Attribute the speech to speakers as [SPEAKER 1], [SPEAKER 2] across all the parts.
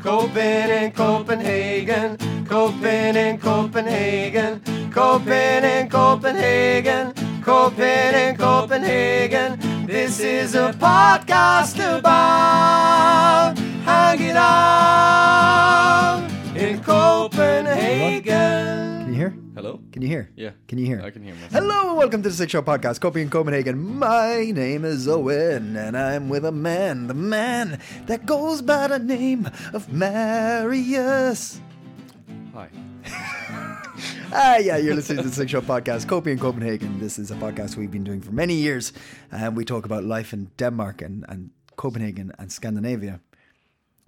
[SPEAKER 1] Copen and Copenhagen, Copen and Copenhagen, Copen and Copenhagen, Copen and Copenhagen. This is a podcast about hanging out in
[SPEAKER 2] Can
[SPEAKER 1] Copenhagen.
[SPEAKER 2] you hear?
[SPEAKER 1] Hello?
[SPEAKER 2] Can you hear?
[SPEAKER 1] Yeah.
[SPEAKER 2] Can you hear?
[SPEAKER 1] I can hear myself.
[SPEAKER 2] Hello and welcome to the Six Show Podcast, Copy in Copenhagen. My name is Owen, and I'm with a man, the man that goes by the name of Marius.
[SPEAKER 1] Hi.
[SPEAKER 2] Ah, yeah, you're listening to the Six Show Podcast, Copy in Copenhagen. This is a podcast we've been doing for many years, and we talk about life in Denmark and, and Copenhagen and Scandinavia,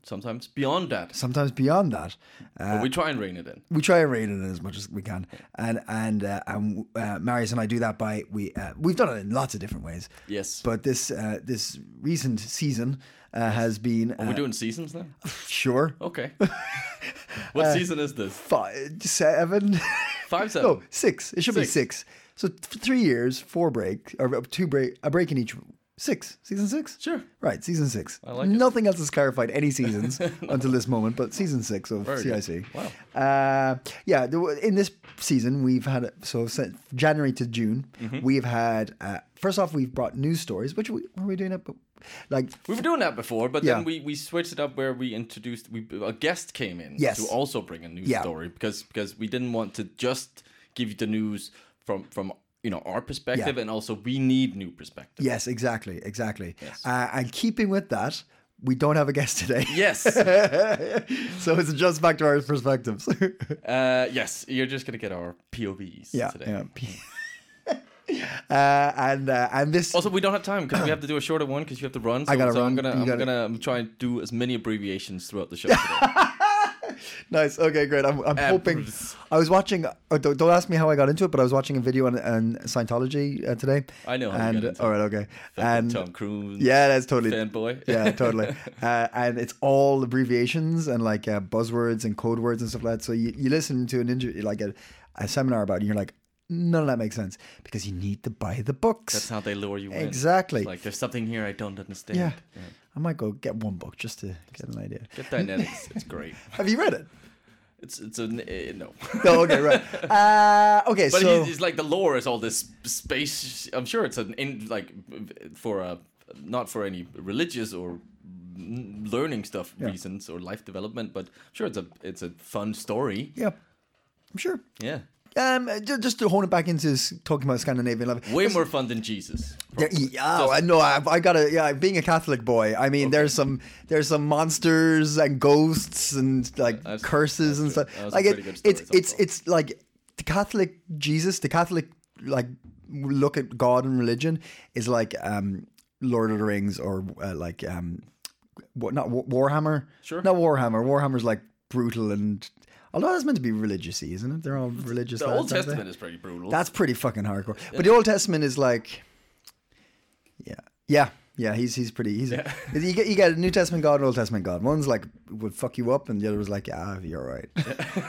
[SPEAKER 1] Sometimes beyond that.
[SPEAKER 2] sometimes beyond that.
[SPEAKER 1] but we try and rein it in.
[SPEAKER 2] we try and rein it in as much as we can, and and uh, and uh, Marius and I do that by we uh, we've done it in lots of different ways.
[SPEAKER 1] Yes.
[SPEAKER 2] But this uh, this recent season uh, has been uh,
[SPEAKER 1] We're doing seasons now?
[SPEAKER 2] sure
[SPEAKER 1] Okay. what
[SPEAKER 2] Uh,
[SPEAKER 1] season is this?
[SPEAKER 2] five seven
[SPEAKER 1] Five seven.
[SPEAKER 2] no Oh, six it should be
[SPEAKER 1] Six.
[SPEAKER 2] six so th- three years four break or two break a break in each six season six
[SPEAKER 1] Sure.
[SPEAKER 2] right season six I
[SPEAKER 1] like it.
[SPEAKER 2] nothing else has clarified any seasons until this moment but season six of
[SPEAKER 1] Very good.
[SPEAKER 2] CIC
[SPEAKER 1] Wow.
[SPEAKER 2] Uh, yeah, there were- in this season we've had so since January to June
[SPEAKER 1] Mm-hmm.
[SPEAKER 2] we've had uh, first off we've brought news stories which we were we doing it but like
[SPEAKER 1] We were doing that before, but then
[SPEAKER 2] Yeah.
[SPEAKER 1] we, we switched it up where we introduced we a guest came in
[SPEAKER 2] Yes.
[SPEAKER 1] to also bring a news
[SPEAKER 2] Yeah.
[SPEAKER 1] story because because we didn't want to just give you the news from from you know our perspective
[SPEAKER 2] Yeah.
[SPEAKER 1] and also we need new perspective.
[SPEAKER 2] yes exactly exactly uh, and keeping with that we don't have a guest today
[SPEAKER 1] Yes,
[SPEAKER 2] so it's just back to our perspectives
[SPEAKER 1] uh, yes, you're just gonna get our POVs
[SPEAKER 2] yeah,
[SPEAKER 1] today.
[SPEAKER 2] yeah. uh, and uh, and this
[SPEAKER 1] Also, we don't have time because we have to do a shorter one because you have to run. So,
[SPEAKER 2] gotta
[SPEAKER 1] so I'm
[SPEAKER 2] run.
[SPEAKER 1] gonna
[SPEAKER 2] You
[SPEAKER 1] I'm
[SPEAKER 2] gotta-
[SPEAKER 1] gonna I'm trying to do as many abbreviations throughout the show. Today.
[SPEAKER 2] Nice. Okay, great. I'm, I'm hoping.
[SPEAKER 1] Bruce.
[SPEAKER 2] I was watching. Oh, don't, don't ask me how I got into it, but I was watching a video on, on Scientology uh, today.
[SPEAKER 1] I know how you
[SPEAKER 2] and,
[SPEAKER 1] got into
[SPEAKER 2] All right. Okay.
[SPEAKER 1] and
[SPEAKER 2] And
[SPEAKER 1] Tom Cruise,
[SPEAKER 2] yeah, that's totally.
[SPEAKER 1] fanboy.
[SPEAKER 2] yeah, totally. Uh, and it's all abbreviations and like uh, buzzwords and code words and stuff like that. So you, you listen to an interview, like a, a seminar about it, and you're like, none of that makes sense because you need to buy the books.
[SPEAKER 1] That's how they lure you in.
[SPEAKER 2] Exactly.
[SPEAKER 1] It's like there's something here I don't understand.
[SPEAKER 2] yeah. I might go get one book just to get an idea.
[SPEAKER 1] Get dynamics. it's great.
[SPEAKER 2] Have you read it?
[SPEAKER 1] It's it's a n- eh, no.
[SPEAKER 2] No, okay, right. Uh, okay,
[SPEAKER 1] But
[SPEAKER 2] so
[SPEAKER 1] it's, it's like the lore is all this sp- space. I'm sure it's an in like for a not for any religious or n- learning stuff reasons or life development, but I'm sure it's a it's a fun story.
[SPEAKER 2] yeah, I'm sure.
[SPEAKER 1] Yeah,
[SPEAKER 2] Um, ju- just to hone it back into s- talking about Scandinavian love.
[SPEAKER 1] way more fun than Jesus.
[SPEAKER 2] There- yeah, oh, I know. I've, I gotta. Yeah, being a Catholic boy, I mean, there's some there's some monsters and ghosts and like
[SPEAKER 1] That's-
[SPEAKER 2] curses and
[SPEAKER 1] that's
[SPEAKER 2] stuff.
[SPEAKER 1] good. That was a
[SPEAKER 2] Like it,
[SPEAKER 1] pretty good story,
[SPEAKER 2] it's it's
[SPEAKER 1] Tom.
[SPEAKER 2] it's like the Catholic Jesus, the Catholic like look at God and religion is like um Lord of the Rings or uh, like um what not Wa- Warhammer.
[SPEAKER 1] Sure.
[SPEAKER 2] Not Warhammer. Warhammer's like brutal and although that's meant to be religious isn't it? They're all religious.
[SPEAKER 1] The
[SPEAKER 2] lads,
[SPEAKER 1] Old
[SPEAKER 2] aren't they?
[SPEAKER 1] Testament is pretty brutal.
[SPEAKER 2] That's pretty fucking hardcore. But the Old Testament is like, yeah, yeah, yeah. He's he's pretty. He's you get you get a New Testament God and Old Testament God. One's like would fuck you up, and the other was like, ah, you're all right.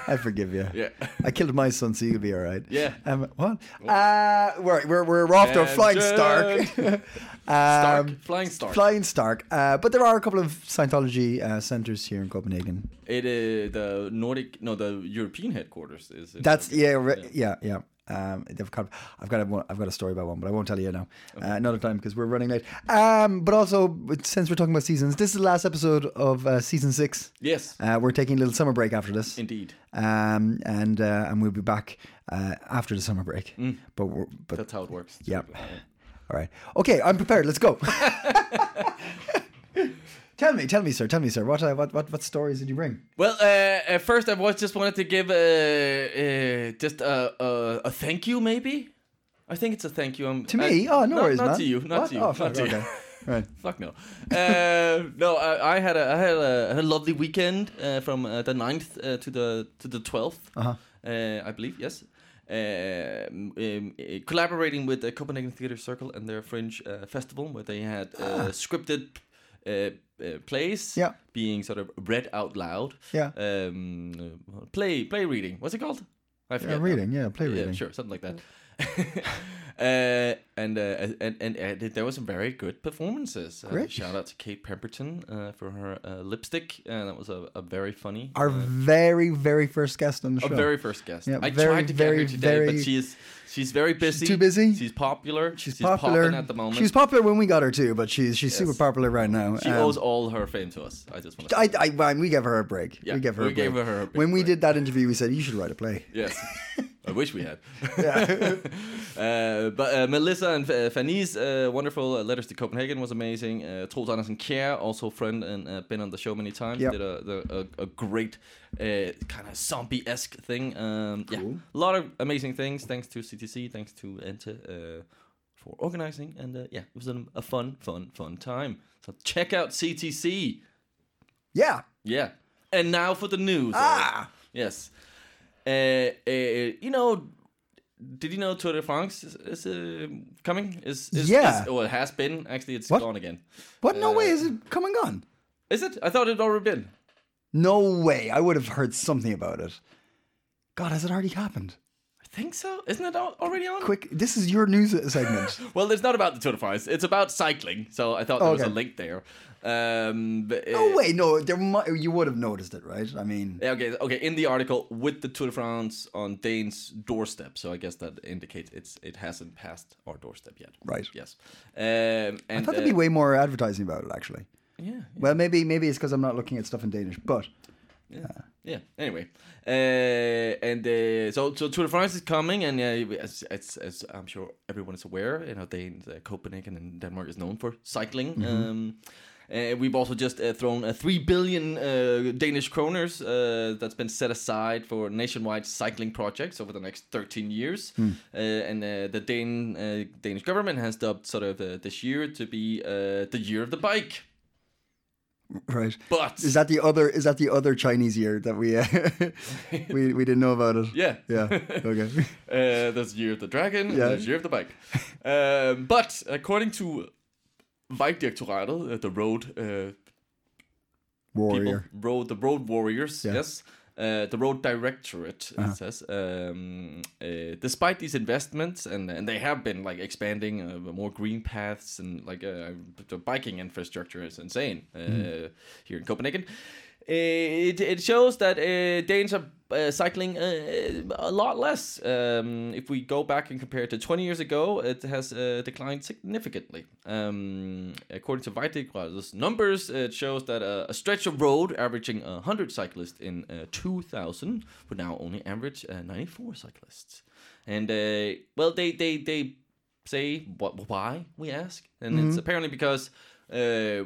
[SPEAKER 2] I forgive you.
[SPEAKER 1] Yeah.
[SPEAKER 2] I killed my son, so you'll be all right.
[SPEAKER 1] Yeah.
[SPEAKER 2] Um, what? Uh, we're we're we're off to a
[SPEAKER 1] And
[SPEAKER 2] flying
[SPEAKER 1] just-
[SPEAKER 2] stark.
[SPEAKER 1] Stark,
[SPEAKER 2] um,
[SPEAKER 1] flying star.
[SPEAKER 2] Flying Stark, uh, but there are a couple of Scientology uh, centers here in Copenhagen.
[SPEAKER 1] it is the Nordic, no, the European headquarters is. in
[SPEAKER 2] That's
[SPEAKER 1] Nordic.
[SPEAKER 2] yeah, re- yeah, yeah. Um, they've got, I've got, a, one- I've got a story about one, but I won't tell you now. Uh, another time because we're running late. Um, but also, since we're talking about seasons, this is the last episode of uh, season six.
[SPEAKER 1] Yes,
[SPEAKER 2] Uh, we're taking a little summer break after this,
[SPEAKER 1] indeed.
[SPEAKER 2] um, and uh, and we'll be back uh, after the summer break. But we're, but
[SPEAKER 1] Mm. That's how it works.
[SPEAKER 2] yeah. All right. Okay, I'm prepared. Let's go. tell me, tell me, sir. Tell me, sir. What, uh, what, what, what stories did you bring?
[SPEAKER 1] Well, uh, at first I was just wanted to give a, uh just a, a a thank you, maybe. I think it's a thank you. Um,
[SPEAKER 2] To me?
[SPEAKER 1] I-
[SPEAKER 2] oh, no
[SPEAKER 1] not,
[SPEAKER 2] worries,
[SPEAKER 1] not
[SPEAKER 2] man.
[SPEAKER 1] to you, not
[SPEAKER 2] What?
[SPEAKER 1] to you,
[SPEAKER 2] Oh,
[SPEAKER 1] not
[SPEAKER 2] fuck,
[SPEAKER 1] to
[SPEAKER 2] okay.
[SPEAKER 1] you.
[SPEAKER 2] Right.
[SPEAKER 1] Fuck no. Uh, no, I, I had a I had a, had a lovely weekend uh, from uh, the 9th uh, to the to the 12th
[SPEAKER 2] Uh-huh.
[SPEAKER 1] uh, I believe, yes. Um, um, uh, collaborating with the Copenhagen Theatre Circle and their Fringe uh, Festival, where they had uh, scripted uh, uh, plays
[SPEAKER 2] Ah. Yeah.
[SPEAKER 1] being sort of read out loud.
[SPEAKER 2] Yeah.
[SPEAKER 1] Um, uh, play play reading. What's it called? I
[SPEAKER 2] Yeah,
[SPEAKER 1] forget. now.
[SPEAKER 2] Uh, reading. Yeah, play reading.
[SPEAKER 1] Yeah, sure, something like that. Uh, and, uh, and and and there was some very good performances. Uh,
[SPEAKER 2] Great.
[SPEAKER 1] Shout out to Kate Pemberton uh, for her uh, lipstick. Uh, that was a, a very funny.
[SPEAKER 2] Our
[SPEAKER 1] uh,
[SPEAKER 2] very, very first guest on the
[SPEAKER 1] a
[SPEAKER 2] show.
[SPEAKER 1] very first guest.
[SPEAKER 2] Yeah,
[SPEAKER 1] I
[SPEAKER 2] very,
[SPEAKER 1] tried to
[SPEAKER 2] very,
[SPEAKER 1] get her today,
[SPEAKER 2] very-
[SPEAKER 1] but she's she's very busy.
[SPEAKER 2] too busy?
[SPEAKER 1] She's popular. She's,
[SPEAKER 2] popular
[SPEAKER 1] popping at the moment.
[SPEAKER 2] She was popular when we got her too, but she's she's super
[SPEAKER 1] Yes.
[SPEAKER 2] popular right now.
[SPEAKER 1] she
[SPEAKER 2] Um,
[SPEAKER 1] owes all her fame to us. I just want to.
[SPEAKER 2] I, I, I, we gave her a break.
[SPEAKER 1] Yeah,
[SPEAKER 2] we gave her.
[SPEAKER 1] we
[SPEAKER 2] a
[SPEAKER 1] gave
[SPEAKER 2] break.
[SPEAKER 1] her a big
[SPEAKER 2] when we
[SPEAKER 1] break.
[SPEAKER 2] did that interview, we said you should write a play.
[SPEAKER 1] Yes. I wish we had.
[SPEAKER 2] Yeah.
[SPEAKER 1] uh, but uh, Melissa and uh, Fanny's uh, wonderful uh, letters to Copenhagen was amazing. Uh, Told Andersen Kjær, also a friend and uh, been on the show many times,
[SPEAKER 2] Yep.
[SPEAKER 1] did a, the, a, a great uh, kind of zombie esque thing. Um, Yeah, a lot of amazing things. Thanks to CTC, thanks to Ente uh, for organizing, and uh, yeah, it was an, a fun, fun, fun time. So check out CTC.
[SPEAKER 2] Yeah.
[SPEAKER 1] Yeah. And now for the news.
[SPEAKER 2] Ah.
[SPEAKER 1] Yes. Uh, uh, you know, did you know Tour de France is, is uh, coming? Is, is
[SPEAKER 2] Yeah.
[SPEAKER 1] Is, oh, it has been. Actually, it's
[SPEAKER 2] What?
[SPEAKER 1] gone again.
[SPEAKER 2] What? No
[SPEAKER 1] Uh,
[SPEAKER 2] way is it come and gone?
[SPEAKER 1] Is it? I thought it'd already been.
[SPEAKER 2] No way. I would have heard something about it. God, has it already happened?
[SPEAKER 1] I think so. Isn't it al- already on?
[SPEAKER 2] Quick, this is your news segment.
[SPEAKER 1] Well, it's not about the Tour de France. It's about cycling. So I thought there was
[SPEAKER 2] Oh, Okay.
[SPEAKER 1] a link there. Um, but, uh,
[SPEAKER 2] no way. No, there might, you would have noticed it, right? I mean,
[SPEAKER 1] Yeah, Okay, okay. In the article, with the Tour de France on Dane's doorstep, so I guess that indicates it's it hasn't passed our doorstep yet.
[SPEAKER 2] Right.
[SPEAKER 1] Yes. Um, and
[SPEAKER 2] I thought
[SPEAKER 1] uh,
[SPEAKER 2] there'd be way more advertising about it actually.
[SPEAKER 1] yeah, yeah.
[SPEAKER 2] Well, maybe maybe it's because I'm not looking at stuff in Danish, but
[SPEAKER 1] Yeah. Anyway, uh, and uh, so so Tour de France is coming, and uh, as, as as I'm sure everyone is aware, you know, they, uh, Copenhagen and Denmark is known for cycling.
[SPEAKER 2] Mm-hmm.
[SPEAKER 1] Um, uh, we've also just uh, thrown uh, three billion uh, Danish kroners uh, that's been set aside for nationwide cycling projects over the next 13 years,
[SPEAKER 2] Hmm.
[SPEAKER 1] uh, and uh, the Dane uh, Danish government has dubbed sort of uh, this year to be uh, the year of the bike.
[SPEAKER 2] right.
[SPEAKER 1] But
[SPEAKER 2] Is that the other? Is that the other Chinese year that we uh, we we didn't know about it?
[SPEAKER 1] yeah,
[SPEAKER 2] Yeah. Okay.
[SPEAKER 1] Uh, there's Year of the Dragon,
[SPEAKER 2] Yeah.
[SPEAKER 1] and there's Year of the Bike. um, but according to Vejdirektoratet, uh, the road uh, people,
[SPEAKER 2] Warrior.
[SPEAKER 1] road, the road warriors,
[SPEAKER 2] Yeah. Uh-huh.
[SPEAKER 1] yes, uh, the road directorate it says. Um, uh, despite these investments, and and they have been like expanding uh, more green paths and like uh, the biking infrastructure is insane uh,
[SPEAKER 2] Mm-hmm.
[SPEAKER 1] here in Copenhagen. Eh, It it shows that uh, Danes are uh, cycling uh, a lot less. Um, if we go back and compare it to 20 years ago, it has uh, declined significantly. Um, according to Vejdirektoratets numbers, it shows that uh, a stretch of road averaging 100 cyclists in uh, 2000 would now only average uh, 94 cyclists. And uh, well, they they they say what why we ask, and it's
[SPEAKER 2] Mm-hmm.
[SPEAKER 1] apparently because uh,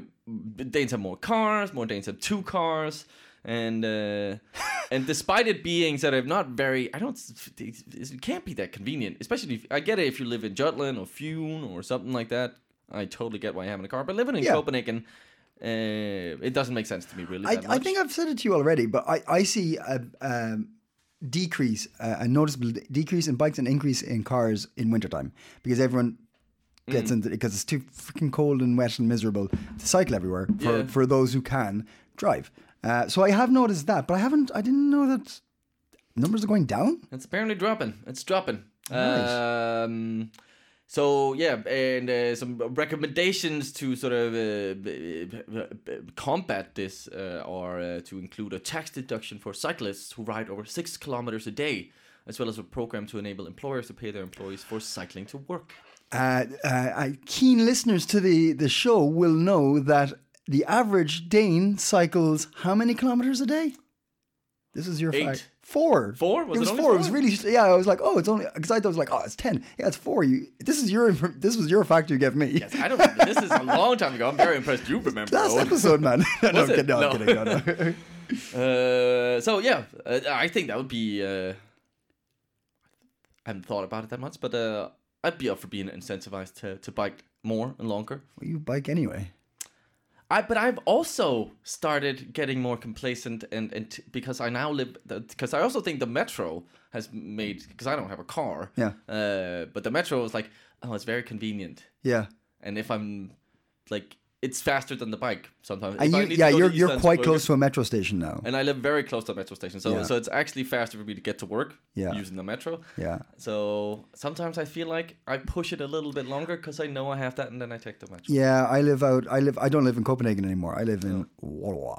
[SPEAKER 1] Danes have more cars, more Danes have two cars. And uh, and despite it being sort of not very, I don't, it can't be that convenient. Especially, if, I get it if you live in Jutland or Funen or something like that. I totally get why having a car, but living in
[SPEAKER 2] Yeah.
[SPEAKER 1] Copenhagen, uh, it doesn't make sense to me really.
[SPEAKER 2] I,
[SPEAKER 1] that
[SPEAKER 2] I
[SPEAKER 1] much.
[SPEAKER 2] think I've said it to you already, but I, I see a, um decrease, a, a noticeable de- decrease in bikes and increase in cars in wintertime because everyone gets
[SPEAKER 1] Mm.
[SPEAKER 2] into because it's too freaking cold and wet and miserable to cycle everywhere for,
[SPEAKER 1] Yeah.
[SPEAKER 2] for those who can drive. Uh, so I have noticed that, but I haven't, I didn't know that numbers are going down.
[SPEAKER 1] It's apparently dropping. It's dropping. Um, so yeah, and uh, some recommendations to sort of uh, b- b- b- combat this uh, are uh, to include a tax deduction for cyclists who ride over six kilometers a day, as well as a program to enable employers to pay their employees for cycling to work.
[SPEAKER 2] uh, uh, I- keen listeners to the, the show will know that the average Dane cycles how many kilometers a day? This is your
[SPEAKER 1] Eight.
[SPEAKER 2] fact. Four.
[SPEAKER 1] Four?
[SPEAKER 2] it
[SPEAKER 1] Was it
[SPEAKER 2] was
[SPEAKER 1] only
[SPEAKER 2] four. It was
[SPEAKER 1] four?
[SPEAKER 2] really. Yeah, I was like, oh, it's only because I was like, oh, it's ten. Yeah, it's four. You. This is your. infor- This was your fact you gave me.
[SPEAKER 1] Yes, I don't. this is a long time ago. I'm very impressed. You remember?
[SPEAKER 2] Last
[SPEAKER 1] Owen.
[SPEAKER 2] episode, man. no, no, I'm
[SPEAKER 1] Was it?
[SPEAKER 2] kidding, no, I'm
[SPEAKER 1] No.
[SPEAKER 2] kidding. No, no.
[SPEAKER 1] Uh, so yeah, uh, I think that would be. Uh, I haven't thought about it that much, but uh, I'd be up for being incentivized to, to bike more and longer.
[SPEAKER 2] well, you bike anyway.
[SPEAKER 1] I but I've also started getting more complacent and and t- because I now live because I also think the metro has made because I don't have a car.
[SPEAKER 2] Yeah.
[SPEAKER 1] Uh, but the metro is like oh, it's very convenient,
[SPEAKER 2] Yeah.
[SPEAKER 1] and if I'm like it's faster than the bike sometimes.
[SPEAKER 2] And
[SPEAKER 1] If I
[SPEAKER 2] you,
[SPEAKER 1] need to
[SPEAKER 2] yeah,
[SPEAKER 1] go to
[SPEAKER 2] you're
[SPEAKER 1] East
[SPEAKER 2] you're quite
[SPEAKER 1] Landsberg-
[SPEAKER 2] close to a metro station now.
[SPEAKER 1] and I live very close to a metro station, so
[SPEAKER 2] Yeah.
[SPEAKER 1] so it's actually faster for me to get to work
[SPEAKER 2] Yeah.
[SPEAKER 1] using the metro.
[SPEAKER 2] Yeah.
[SPEAKER 1] So sometimes I feel like I push it a little bit longer because I know I have that, and then I take the metro.
[SPEAKER 2] Yeah, I live out. I live. I don't live in Copenhagen anymore. I live in Warwa.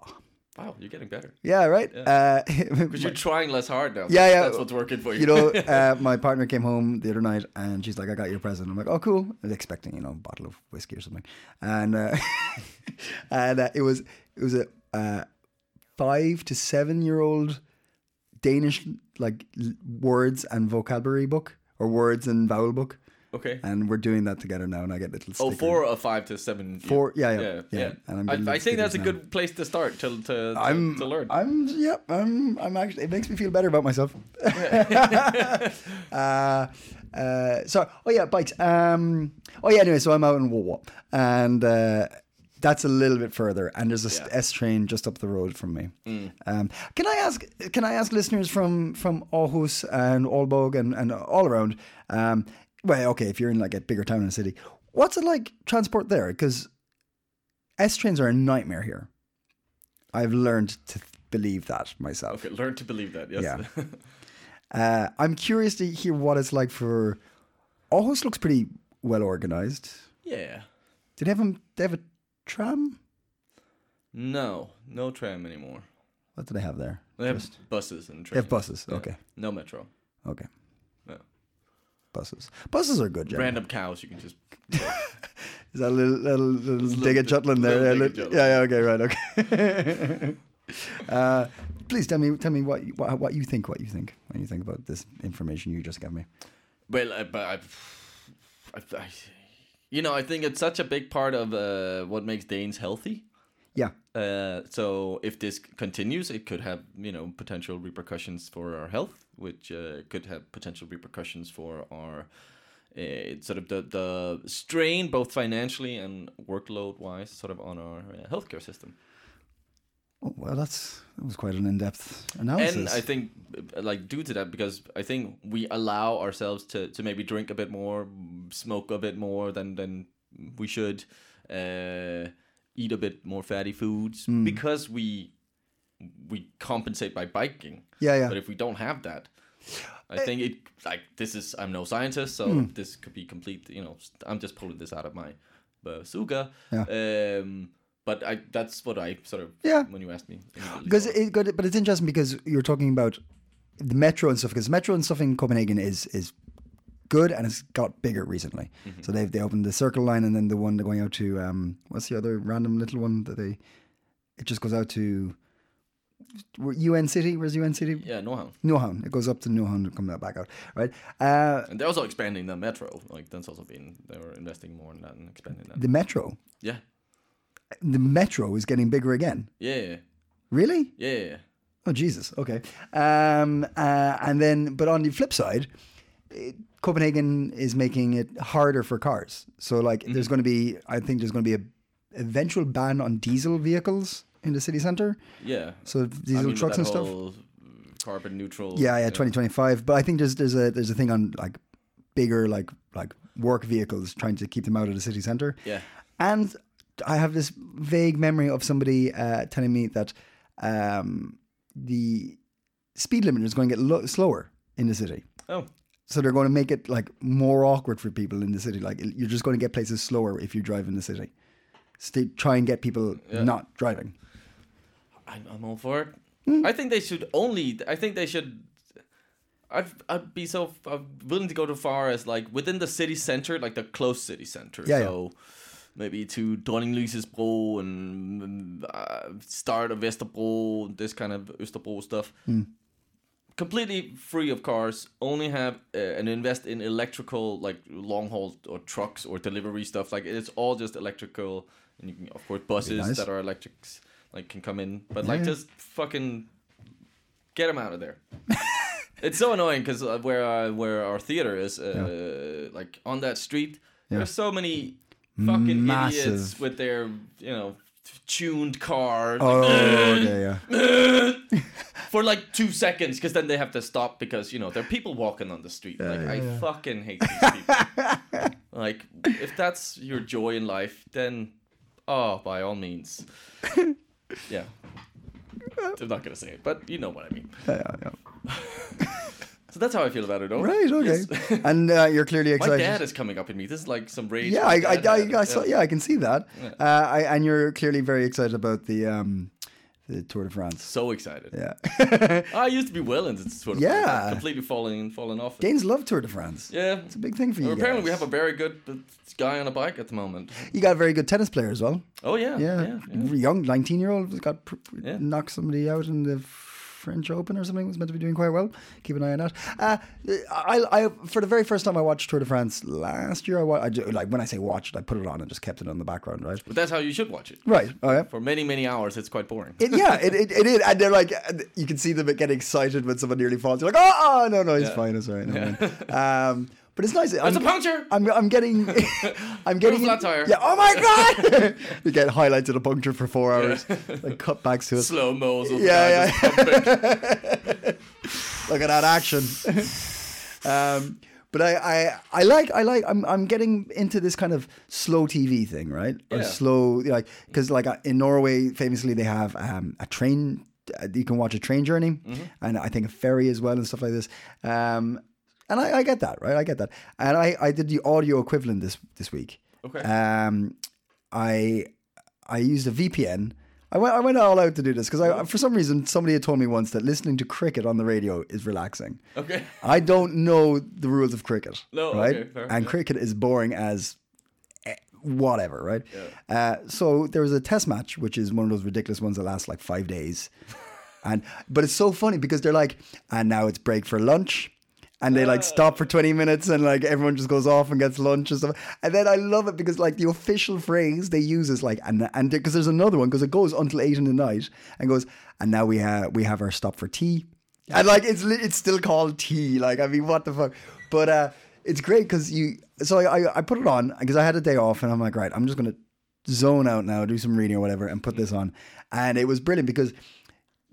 [SPEAKER 1] Wow, you're getting better
[SPEAKER 2] Yeah, right. Uh,
[SPEAKER 1] because you're trying less hard now.
[SPEAKER 2] Yeah, yeah.
[SPEAKER 1] That's what's working for you.
[SPEAKER 2] you know, uh, my partner came home the other night and she's like, I got you a present. I'm like, oh, cool. I was expecting, you know, a bottle of whiskey or something. And uh, and uh, it was it was a uh, five to seven year old Danish like l- words and vocabulary book or words and vowel book.
[SPEAKER 1] okay.
[SPEAKER 2] And we're doing that together now. And I get little
[SPEAKER 1] Oh,
[SPEAKER 2] stickers.
[SPEAKER 1] four or five to seven. you-
[SPEAKER 2] Four- yeah, yeah,
[SPEAKER 1] yeah.
[SPEAKER 2] yeah. And I'm
[SPEAKER 1] I,
[SPEAKER 2] getting
[SPEAKER 1] I think that's a
[SPEAKER 2] stickers now.
[SPEAKER 1] good place to start to to, to,
[SPEAKER 2] I'm,
[SPEAKER 1] to learn.
[SPEAKER 2] I'm, yeah, I'm, I'm actually, it makes me feel better about myself. uh, uh, so, oh yeah, bikes. Um, oh yeah, anyway, so I'm out in Wawa and, uh, that's a little bit further, and there's a s-
[SPEAKER 1] Yeah. Mm.
[SPEAKER 2] S train just up the road from me. Um, can I ask? Can I ask listeners from from Aarhus and Aalborg and, and all around? Um, well, okay, if you're in like a bigger town in a city, what's it like transport there? Because S trains are a nightmare here. I've learned to th- believe that myself.
[SPEAKER 1] okay, learn to believe that. Yes.
[SPEAKER 2] Yeah. Uh, I'm curious to hear what it's like for. Aarhus looks pretty well organized.
[SPEAKER 1] yeah.
[SPEAKER 2] Did they have, a- they have a tram?
[SPEAKER 1] No, no tram anymore.
[SPEAKER 2] What do they have there?
[SPEAKER 1] They have buses and
[SPEAKER 2] They
[SPEAKER 1] trains.
[SPEAKER 2] have buses.
[SPEAKER 1] Yeah.
[SPEAKER 2] Okay.
[SPEAKER 1] No metro.
[SPEAKER 2] Okay.
[SPEAKER 1] No.
[SPEAKER 2] Buses. Buses are good, yeah.
[SPEAKER 1] Random cows you can just
[SPEAKER 2] Is that a little, little, little dig at
[SPEAKER 1] bit-
[SPEAKER 2] Jutland there?
[SPEAKER 1] little
[SPEAKER 2] Yeah,
[SPEAKER 1] dig at
[SPEAKER 2] little- yeah,
[SPEAKER 1] Jutland.
[SPEAKER 2] yeah, okay, right, okay. uh, please tell me, tell me what, you- what, what you think, what you think, what you think about this information you just gave me.
[SPEAKER 1] Well, I, but I, I, I, you know, I think it's such a big part of uh, what makes Danes healthy.
[SPEAKER 2] Yeah,
[SPEAKER 1] Uh, so if this continues, it could have you know potential repercussions for our health, which uh, could have potential repercussions for our uh, sort of the the strain, both financially and workload wise, sort of on our uh, healthcare system.
[SPEAKER 2] oh, well, that's that was quite an in-depth analysis.
[SPEAKER 1] And I think, uh, like, due to that, because I think we allow ourselves to, to maybe drink a bit more, mm, smoke a bit more than than we should, uh, eat a bit more fatty foods
[SPEAKER 2] Hmm.
[SPEAKER 1] because we we compensate by biking.
[SPEAKER 2] yeah, Eh. yeah.
[SPEAKER 1] But if we don't have that, I think it like this is I'm no scientist, so
[SPEAKER 2] Hmm.
[SPEAKER 1] this could be complete. You know, st- I'm just pulling this out of my uh, suga. Um, but I that's what I sort of
[SPEAKER 2] Yeah.
[SPEAKER 1] when you asked me immediately
[SPEAKER 2] because
[SPEAKER 1] thought.
[SPEAKER 2] it got, but it's interesting because you're talking about the metro and stuff because metro and stuff in Copenhagen is is good and it's got bigger recently.
[SPEAKER 1] Mm-hmm.
[SPEAKER 2] So they've they opened the Circle line and then the one they're going out to um what's the other random little one that they it just goes out to where- UN City. Where's UN City?
[SPEAKER 1] yeah no.
[SPEAKER 2] Newhound. It goes up to Newhound and comes out back out. Right. Uh,
[SPEAKER 1] And they're also expanding the metro. Like that's also been they were investing more in that and expanding that.
[SPEAKER 2] the metro.
[SPEAKER 1] Yeah,
[SPEAKER 2] The metro is getting bigger again.
[SPEAKER 1] yeah, yeah,
[SPEAKER 2] Really?
[SPEAKER 1] yeah, yeah.
[SPEAKER 2] Oh Jesus. Okay. Um, uh, and then, but on the flip side, it, Copenhagen is making it harder for cars. So like, there's
[SPEAKER 1] Mm-hmm.
[SPEAKER 2] going to be, I think, there's going to be a eventual ban on diesel vehicles in the city center.
[SPEAKER 1] yeah.
[SPEAKER 2] So
[SPEAKER 1] I
[SPEAKER 2] diesel
[SPEAKER 1] mean, with
[SPEAKER 2] trucks
[SPEAKER 1] that
[SPEAKER 2] and stuff.
[SPEAKER 1] whole mm, Carbon neutral.
[SPEAKER 2] Yeah, yeah, 2025. But I think there's there's a there's a thing on like bigger like like work vehicles trying to keep them out of the city center.
[SPEAKER 1] Yeah.
[SPEAKER 2] And I have this vague memory of somebody uh, telling me that um, the speed limit is going to get lo- slower in the city.
[SPEAKER 1] Oh,
[SPEAKER 2] So they're going to make it like more awkward for people in the city. Like you're just going to get places slower if you drive in the city. So they try and get people not driving.
[SPEAKER 1] I'm, I'm all for it.
[SPEAKER 2] Hmm?
[SPEAKER 1] I think they should only. I think they should. I'd, I'd be so I'm willing to go too far as like within the city center, like the close city center.
[SPEAKER 2] Yeah, yeah.
[SPEAKER 1] so maybe to Dronninglysesbro and uh, start of Vesterbro, this kind of Österbro stuff.
[SPEAKER 2] Hmm.
[SPEAKER 1] Completely free of cars. Only have uh, and invest in electrical, like long haul or trucks or delivery stuff. Like it's all just electrical, and you can of course buses
[SPEAKER 2] nice.
[SPEAKER 1] that are electrics like can come in, but like
[SPEAKER 2] yeah.
[SPEAKER 1] just fucking get them out of there. it's so annoying because uh, where uh, where our theater is, uh, like on that street, there's so many fucking
[SPEAKER 2] Massive.
[SPEAKER 1] idiots with their you know tuned car
[SPEAKER 2] Oh, okay, yeah.
[SPEAKER 1] for like two seconds because then they have to stop because you know there are people walking on the street. like I fucking hate these people. like if that's your joy in life, then oh, by all means. yeah. I'm not gonna say it, but you know what I mean.
[SPEAKER 2] Yeah, yeah, yeah.
[SPEAKER 1] So that's how I feel about it. All
[SPEAKER 2] Right. Okay.
[SPEAKER 1] Yes.
[SPEAKER 2] and uh, you're clearly
[SPEAKER 1] My
[SPEAKER 2] excited.
[SPEAKER 1] dad is coming up in me. This is like some rage.
[SPEAKER 2] yeah,
[SPEAKER 1] my
[SPEAKER 2] I, I,
[SPEAKER 1] dad had.
[SPEAKER 2] I, I saw, yeah, I can see that.
[SPEAKER 1] Yeah.
[SPEAKER 2] Uh, I, and you're clearly very excited about the um, the Tour de France.
[SPEAKER 1] So excited.
[SPEAKER 2] Yeah.
[SPEAKER 1] I used to be well into this sort of
[SPEAKER 2] Yeah.
[SPEAKER 1] completely falling falling off.
[SPEAKER 2] Danes love Tour de France.
[SPEAKER 1] yeah.
[SPEAKER 2] It's a big thing for you.
[SPEAKER 1] apparently, we
[SPEAKER 2] guys.
[SPEAKER 1] have a very good uh, guy on a bike at the moment.
[SPEAKER 2] You got a very good tennis player as well.
[SPEAKER 1] Oh yeah,
[SPEAKER 2] Yeah,
[SPEAKER 1] yeah, yeah.
[SPEAKER 2] young, nineteen-year-old got pr- pr-
[SPEAKER 1] Yeah.
[SPEAKER 2] knocked somebody out in the French Open or something. Was meant to be doing quite well. Keep an eye on that. Uh, I, I, for the very first time, I watched Tour de France last year. I, wa- I ju- like when I say watched, I put it on and just kept it on the background, right?
[SPEAKER 1] But that's how you should watch it.
[SPEAKER 2] Right. All right.
[SPEAKER 1] For many many hours, it's quite boring.
[SPEAKER 2] It, yeah, it, it, it is. And they're like, and you can see them get excited when someone nearly falls. You're like, oh, oh no, no, he's
[SPEAKER 1] Yeah.
[SPEAKER 2] fine, it's all right. never mind." Um, but it's nice. I'm,
[SPEAKER 1] a puncture!
[SPEAKER 2] I'm, I'm getting, I'm getting.
[SPEAKER 1] flat tire.
[SPEAKER 2] Yeah. Oh my god! you get highlights of the puncture for four hours. Like cutbacks to it.
[SPEAKER 1] Slow mo's.
[SPEAKER 2] Yeah,
[SPEAKER 1] Yeah, yeah.
[SPEAKER 2] Look at that action. um, but I, I, I like, I like. I'm, I'm getting into this kind of slow TV thing, right? Or
[SPEAKER 1] Yeah.
[SPEAKER 2] slow, like, because like uh, in Norway, famously they have um, a train. uh, You can watch a train journey,
[SPEAKER 1] Mm-hmm.
[SPEAKER 2] and I think a ferry as well, and stuff like this. Um, and I, I get that, right? I get that. And I, I did the audio equivalent this this week.
[SPEAKER 1] Okay.
[SPEAKER 2] Um, I I used a VPN. I went I went all out to do this because I for some reason somebody had told me once that listening to cricket on the radio is relaxing.
[SPEAKER 1] okay.
[SPEAKER 2] I don't know the rules of cricket,
[SPEAKER 1] No,
[SPEAKER 2] right?
[SPEAKER 1] okay, fair,
[SPEAKER 2] and
[SPEAKER 1] yeah.
[SPEAKER 2] cricket is boring as eh, whatever, right? Uh, so there was a test match, which is one of those ridiculous ones that lasts like five days, and but it's so funny because they're like, and now it's break for lunch. And they like stop for 20 minutes and like everyone just goes off and gets lunch and stuff. And then I love it because like the official phrase they use is like, and and because there's another one because it goes until eight in the night and goes, and now we have, we have our stop for tea. And like it's li- it's still called tea. Like I mean, what the fuck? But uh, it's great because you. So I, I I put it on because I had a day off and I'm like, right, I'm just gonna zone out now, do some reading or whatever, and put this on. And it was brilliant because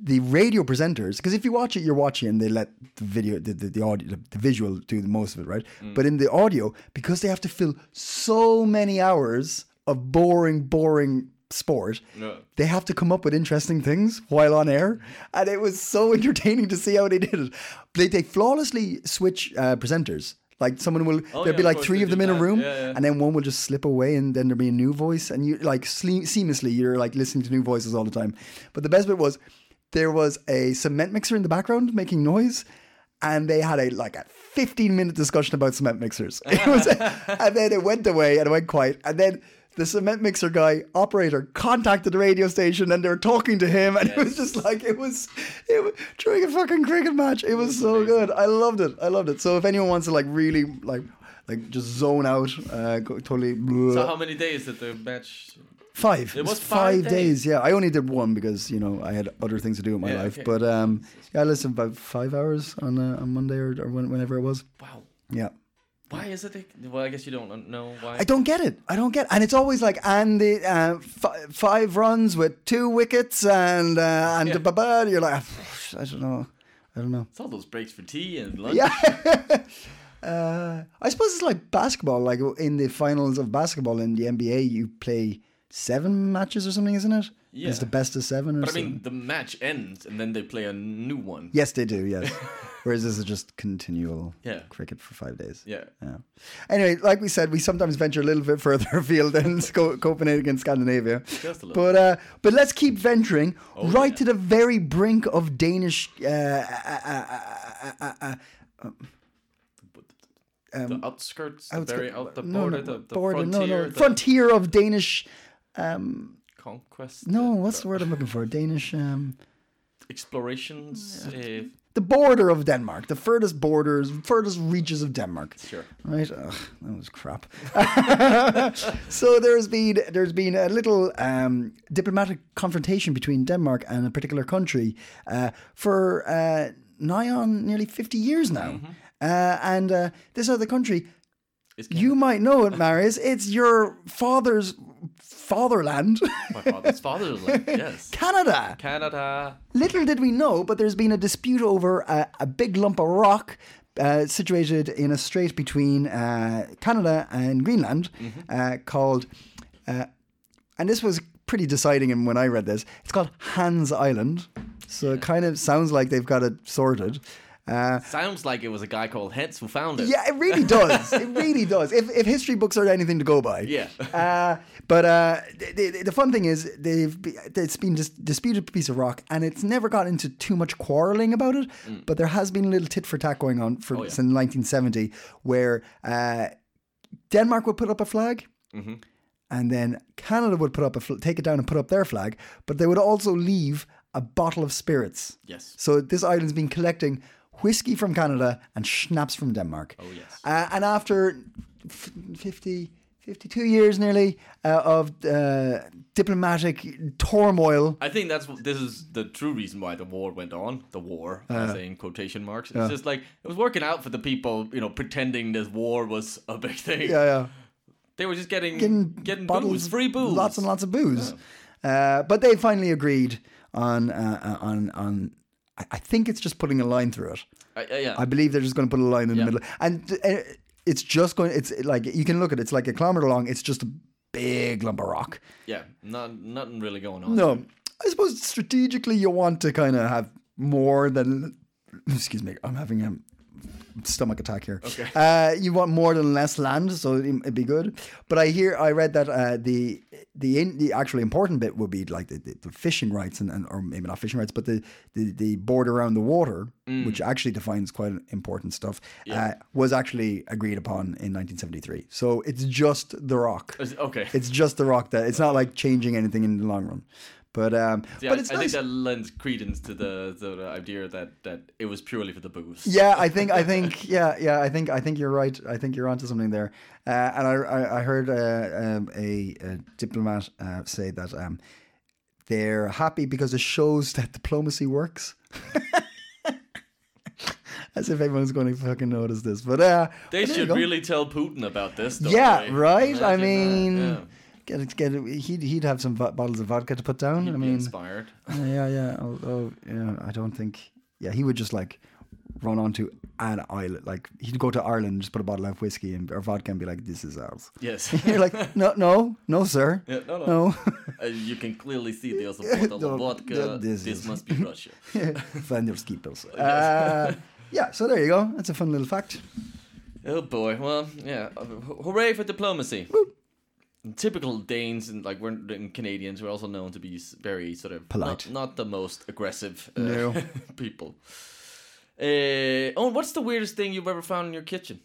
[SPEAKER 2] the radio presenters, because if you watch it, you're watching, and they let the video, the the, the audio, the, the visual do the most of it, right?
[SPEAKER 1] Mm.
[SPEAKER 2] But in the audio, because they have to fill so many hours of boring, boring sport,
[SPEAKER 1] No.
[SPEAKER 2] they have to come up with interesting things while on air.
[SPEAKER 1] Mm-hmm.
[SPEAKER 2] And it was so entertaining to see how they did it. They, they flawlessly switch uh, presenters. Like someone will, there'll
[SPEAKER 1] Oh, yeah,
[SPEAKER 2] be
[SPEAKER 1] of
[SPEAKER 2] like
[SPEAKER 1] course,
[SPEAKER 2] three
[SPEAKER 1] they
[SPEAKER 2] of them
[SPEAKER 1] did
[SPEAKER 2] in a
[SPEAKER 1] that.
[SPEAKER 2] room,
[SPEAKER 1] Yeah, yeah.
[SPEAKER 2] and then one will just slip away, and then there'll be a new voice, and you like sle- seamlessly, you're like listening to new voices all the time. But the best bit was there was a cement mixer in the background making noise, and they had a like a 15 minute discussion about cement mixers. It was, and then it went away and it went quiet. And then the cement mixer guy operator contacted the radio station and they were talking to him. And it was just like, it was, it was during a fucking cricket match. It was so good. I loved it. I loved it. So if anyone wants to like really like, like just zone out, uh, go, totally
[SPEAKER 1] So how many days did the match?
[SPEAKER 2] five.
[SPEAKER 1] It was
[SPEAKER 2] five
[SPEAKER 1] five
[SPEAKER 2] days. Yeah, I only did one because you know I had other things to do in my
[SPEAKER 1] Yeah,
[SPEAKER 2] life.
[SPEAKER 1] okay.
[SPEAKER 2] But um, yeah, I listened about five hours on uh, on Monday or, or when, whenever it was.
[SPEAKER 1] Wow.
[SPEAKER 2] Yeah.
[SPEAKER 1] Why is it? They, well, I guess you don't know why.
[SPEAKER 2] I don't get it. I don't get, and it's always like and the uh, fi- five runs with two wickets and uh, and
[SPEAKER 1] Yeah.
[SPEAKER 2] ba ba. You're like, "Oh, I don't know, I don't know.
[SPEAKER 1] It's all those breaks for tea and lunch.
[SPEAKER 2] Yeah. uh, I suppose it's like basketball. Like in the finals of basketball in the NBA, you play seven matches or something, isn't it?
[SPEAKER 1] Yeah.
[SPEAKER 2] It's the best of seven. Or
[SPEAKER 1] But I
[SPEAKER 2] something.
[SPEAKER 1] mean, the match ends and then they play a new one.
[SPEAKER 2] Yes, they do. Yes. Whereas this is just continual
[SPEAKER 1] Yeah.
[SPEAKER 2] cricket for five days.
[SPEAKER 1] Yeah.
[SPEAKER 2] Yeah. Anyway, like we said, we sometimes venture a little bit further afield than Sco- Copenhagen and Scandinavia.
[SPEAKER 1] Just a little. Oh,
[SPEAKER 2] But uh, but let's keep venturing right
[SPEAKER 1] yeah.
[SPEAKER 2] to the very brink of Danish. Uh, uh, uh, uh, uh, uh,
[SPEAKER 1] the outskirts, the
[SPEAKER 2] Um, outskir-
[SPEAKER 1] very out the
[SPEAKER 2] no,
[SPEAKER 1] border,
[SPEAKER 2] no,
[SPEAKER 1] the, the
[SPEAKER 2] border, no,
[SPEAKER 1] frontier,
[SPEAKER 2] no,
[SPEAKER 1] the
[SPEAKER 2] frontier of Danish.
[SPEAKER 1] conquest.
[SPEAKER 2] No, what's the word I'm looking for? Danish. Um,
[SPEAKER 1] explorations? eh,
[SPEAKER 2] the border of Denmark, the furthest borders, furthest reaches of Denmark.
[SPEAKER 1] Sure.
[SPEAKER 2] Right? Ugh, that was crap. so there's been there's been a little um, diplomatic confrontation between Denmark and a particular country uh, for uh, nigh on nearly 50 years now. Uh, and uh, this other country,
[SPEAKER 1] is
[SPEAKER 2] you might know it, Marius, it's your father's fatherland,
[SPEAKER 1] my father's fatherland. yes,
[SPEAKER 2] Canada.
[SPEAKER 1] Canada.
[SPEAKER 2] Little did we know, but there's been a dispute over a, a big lump of rock uh, situated in a strait between uh, Canada and Greenland uh, called. Uh, and this was pretty deciding. And when I read this, it's called Hans Island, so it kind of sounds like they've got it sorted. Uh,
[SPEAKER 1] Sounds like it was a guy called Hetz who found it.
[SPEAKER 2] yeah, it really does. it really does. If, if history books are anything to go by.
[SPEAKER 1] Yeah.
[SPEAKER 2] Uh, but uh, the, the, the fun thing is they've be, it's been dis- disputed piece of rock, and it's never got into too much quarrelling about it. But there has been a little tit for tat going on for
[SPEAKER 1] Mm. Oh, yeah.
[SPEAKER 2] since 1970, where uh, Denmark would put up a flag.
[SPEAKER 1] Mm-hmm.
[SPEAKER 2] And then Canada would put up a fl- take it down and put up their flag, but they would also leave a bottle of spirits.
[SPEAKER 1] Yes.
[SPEAKER 2] So this island's been collecting whiskey from Canada and schnapps from Denmark. Oh
[SPEAKER 1] yes.
[SPEAKER 2] Uh, and after f- 50, 52 years nearly uh, of uh, diplomatic turmoil,
[SPEAKER 1] I think that's this is the true reason why the war went on. The war,
[SPEAKER 2] Uh-huh.
[SPEAKER 1] I say in quotation marks. It's just like it was working out for the people, you know, pretending this war was a big thing.
[SPEAKER 2] yeah, yeah,
[SPEAKER 1] They were just getting
[SPEAKER 2] getting,
[SPEAKER 1] getting,
[SPEAKER 2] bottles,
[SPEAKER 1] booze, free booze,
[SPEAKER 2] lots and lots of booze. Uh, but they finally agreed on uh, uh, on on. I- I think it's just putting a line through it.
[SPEAKER 1] I, I- yeah,
[SPEAKER 2] I believe they're just going to put a line in the middle, and uh, it's just going. It's like you can look at it, it's like a kilometer long. It's just a big lump of rock.
[SPEAKER 1] yeah. Not nothing really going on.
[SPEAKER 2] No, I suppose strategically you want to kind of have more than. Excuse me, I'm having a stomach attack here. Okay. Uh, you want more than less land, so it- it'd be good. But I hear I read that uh, the the in, the actually important bit would be like the, the, the fishing rights and, and or maybe not fishing rights, but the the, the border around the water, which actually defines quite important stuff, uh, was actually agreed upon in 1973. So it's just the rock.
[SPEAKER 1] It's- Okay.
[SPEAKER 2] It's just the rock that it's not like changing anything in the long run. But um,
[SPEAKER 1] Yeah,
[SPEAKER 2] but
[SPEAKER 1] I-
[SPEAKER 2] it's
[SPEAKER 1] I,
[SPEAKER 2] nice.
[SPEAKER 1] think that lends credence to the, the, the idea that, that it was purely for the booze.
[SPEAKER 2] yeah, I think I think yeah yeah I think I think you're right. I think you're onto something there. Uh, and I I, I heard uh, um, a, a diplomat uh, say that um, they're happy because it shows that diplomacy works. As if everyone's going to fucking notice this, but uh,
[SPEAKER 1] They
[SPEAKER 2] but there you
[SPEAKER 1] should
[SPEAKER 2] go.
[SPEAKER 1] really tell Putin about this. Though,
[SPEAKER 2] Yeah,
[SPEAKER 1] right?
[SPEAKER 2] right. I
[SPEAKER 1] Imagine
[SPEAKER 2] mean,
[SPEAKER 1] that, yeah.
[SPEAKER 2] get get he'd he'd have some vo- bottles of vodka to put down. I
[SPEAKER 1] Be
[SPEAKER 2] mean,
[SPEAKER 1] inspired.
[SPEAKER 2] Yeah, yeah, yeah. Although, yeah, I don't think. Yeah, he would just like run onto an island. Like he'd go to Ireland, just put a bottle of whiskey and or vodka, and be like, "This is ours."
[SPEAKER 1] Yes.
[SPEAKER 2] You're like, no, no, no, sir.
[SPEAKER 1] Yeah, no, no. Uh, you can clearly see there's a bottle
[SPEAKER 2] No,
[SPEAKER 1] of vodka.
[SPEAKER 2] this
[SPEAKER 1] This,
[SPEAKER 2] is-
[SPEAKER 1] must be Russia.
[SPEAKER 2] Find your skippers. Uh, yeah. So there you go. That's a fun little fact.
[SPEAKER 1] Oh boy. Well, yeah. Uh, ho- Hooray for diplomacy. Typical Danes and like we're and Canadians. We're also known to be s- very sort of
[SPEAKER 2] Polite.
[SPEAKER 1] Not, not the most aggressive uh,
[SPEAKER 2] No.
[SPEAKER 1] people. Uh, oh, what's the weirdest thing you've ever found in your kitchen?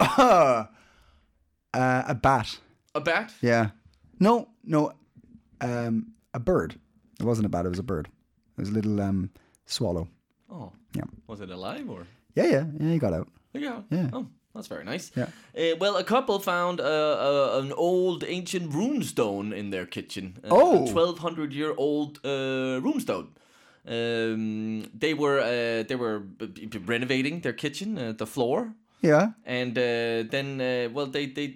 [SPEAKER 2] uh, a bat.
[SPEAKER 1] A bat?
[SPEAKER 2] Yeah. No, no. Um, a bird. It wasn't a bat. It was a bird. It was a little um swallow.
[SPEAKER 1] Oh,
[SPEAKER 2] Yeah.
[SPEAKER 1] was it alive or?
[SPEAKER 2] Yeah, yeah, yeah. He got out.
[SPEAKER 1] Yeah.
[SPEAKER 2] Yeah.
[SPEAKER 1] Oh, that's very nice.
[SPEAKER 2] Yeah.
[SPEAKER 1] Uh, well, a couple found uh, uh, an old ancient runestone in their kitchen. Uh,
[SPEAKER 2] Oh.
[SPEAKER 1] A 1200 year old uh, runestone. Um, they were uh, they were b- b- b- renovating their kitchen, uh, the floor,
[SPEAKER 2] Yeah.
[SPEAKER 1] and uh, then uh, well they they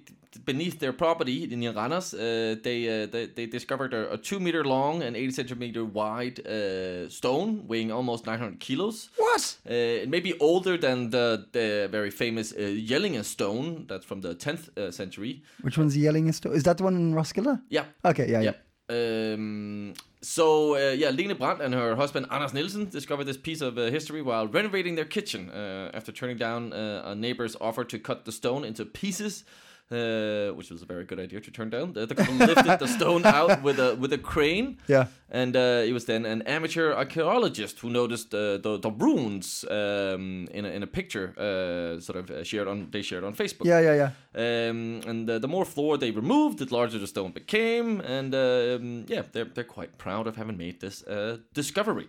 [SPEAKER 1] beneath their property in Iranas, uh, they, uh, they they discovered a, a two meter long and 80 centimeter wide uh, stone weighing almost 900 kilos.
[SPEAKER 2] What?
[SPEAKER 1] Uh, it may be older than the, the very famous uh, Yellinge stone that's from the 10th uh, century.
[SPEAKER 2] Which one's yelling at Is that the one in Roskilde?
[SPEAKER 1] Yeah.
[SPEAKER 2] Okay, yeah, yeah.
[SPEAKER 1] Yeah. Um, so, uh, yeah, Lene Brandt and her husband Anders Nielsen discovered this piece of uh, history while renovating their kitchen uh, after turning down uh, a neighbor's offer to cut the stone into pieces. Uh, which was a very good idea to turn down. The, the couple lifted the stone out with a with a crane.
[SPEAKER 2] Yeah.
[SPEAKER 1] And uh, it was then an amateur archaeologist who noticed uh, the the runes um, in a, in a picture, uh, sort of uh, shared on they shared on Facebook.
[SPEAKER 2] Yeah, yeah, yeah.
[SPEAKER 1] Um, and uh, the more floor they removed, the larger the stone became. And um, yeah, they're, they're quite proud of having made this uh, discovery.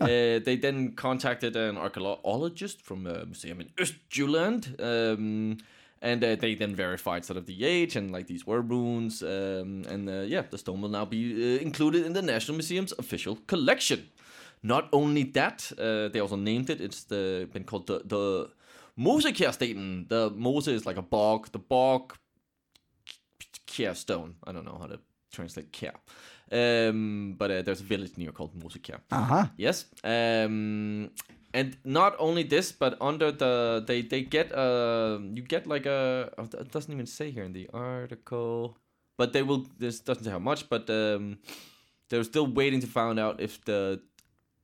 [SPEAKER 1] Uh, they then contacted an archaeologist from a museum in Östjylland. Um, and uh, they then verified sort of the age and like these were runes. Um, and uh, yeah, the stone will now be uh, included in the National Museum's official collection. Not only that, uh, they also named it. It's the been called the the Mosekjærstenen. The Mose is like a bog. The bog Kjær stone. I don't know how to translate Kjær. Um, but uh, there's a village near called Mosekjær.
[SPEAKER 2] Uh-huh.
[SPEAKER 1] Yes. Um, and not only this, but under the they they get uh you get like a oh, it doesn't even say here in the article. but they will. This doesn't say how much, but um, they're still waiting to find out if the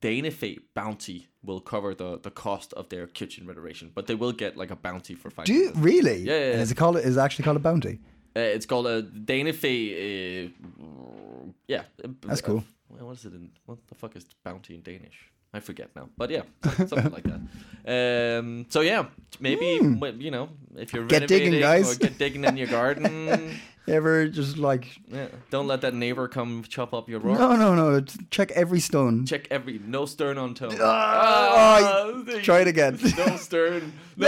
[SPEAKER 1] Danefate bounty will cover the, the cost of their kitchen renovation. But they will get like a bounty for
[SPEAKER 2] Do
[SPEAKER 1] fighting.
[SPEAKER 2] you
[SPEAKER 1] them.
[SPEAKER 2] really?
[SPEAKER 1] Yeah, yeah,
[SPEAKER 2] And is it called? Is it actually called a bounty?
[SPEAKER 1] Uh, it's called a Danefate. Uh, yeah,
[SPEAKER 2] That's cool.
[SPEAKER 1] Well, what is it in? What the fuck is bounty in Danish? I forget now, but yeah, something like that. Um, so yeah, maybe m- you know if you're
[SPEAKER 2] Hmm. Get digging,
[SPEAKER 1] renovating
[SPEAKER 2] guys.
[SPEAKER 1] or get digging in your garden,
[SPEAKER 2] You ever just like
[SPEAKER 1] yeah, don't let that neighbor come chop up your rock.
[SPEAKER 2] no, no, no. t- Check every stone.
[SPEAKER 1] Check every no stern on toe.
[SPEAKER 2] Ah,
[SPEAKER 1] Ah,
[SPEAKER 2] try it again.
[SPEAKER 1] no stern. No.